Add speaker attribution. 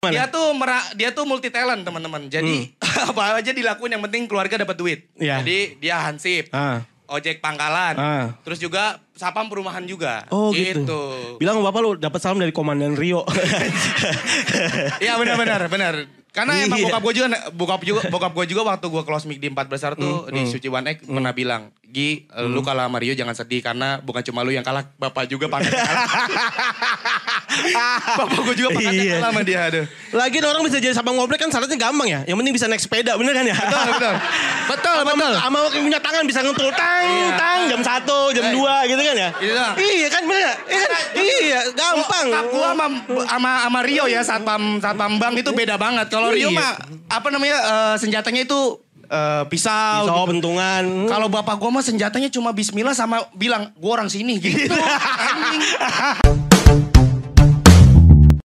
Speaker 1: Mana?
Speaker 2: Dia tuh mera- dia tuh multi talent teman-teman. Jadi apa aja dilakuin yang penting keluarga dapat duit.
Speaker 1: Hmm. Iya.
Speaker 2: Jadi dia hansip,
Speaker 1: Ah.
Speaker 2: ojek pangkalan,
Speaker 1: Ah.
Speaker 2: terus juga sapam perumahan juga.
Speaker 1: Oh gitu. Bilang bapak lu dapat salam dari komandan Rio.
Speaker 2: Iya benar-benar, benar. Karena emang
Speaker 1: Iya.
Speaker 2: bokap gue juga, bokap juga, bokap gue juga waktu gue close mic di empat besar tuh
Speaker 1: Hmm,
Speaker 2: di Suci One Egg pernah bilang, Gi, eh, lu kalah sama Rio jangan sedih karena bukan cuma lu yang kalah, bapak juga pangkat kalah. bapak gue juga pangkat
Speaker 1: Iya.
Speaker 2: kalah sama dia, aduh.
Speaker 1: Lagian orang bisa jadi sabang ngobrol kan syaratnya gampang ya. Yang penting bisa naik sepeda bener kan ya.
Speaker 2: Betul, betul. Betul,
Speaker 1: Sama-
Speaker 2: betul.
Speaker 1: Sama yang punya tangan bisa ngetul tang
Speaker 2: Iya.
Speaker 1: tang jam 1, jam
Speaker 2: Eh.
Speaker 1: 2 gitu kan ya.
Speaker 2: Iya, Bang.
Speaker 1: Iya kan bener ya. Iya kan? Iya, gampang.
Speaker 2: Bokap gua sama, sama sama Rio ya satpam satpam bang itu beda banget. Kalau Rio
Speaker 1: Iya.
Speaker 2: mah apa namanya eh, senjatanya itu eh, pisau.
Speaker 1: Pisau,
Speaker 2: gitu.
Speaker 1: bentungan.
Speaker 2: Kalau bapak gua mah senjatanya cuma bismillah sama bilang gua orang sini gitu. Anjing.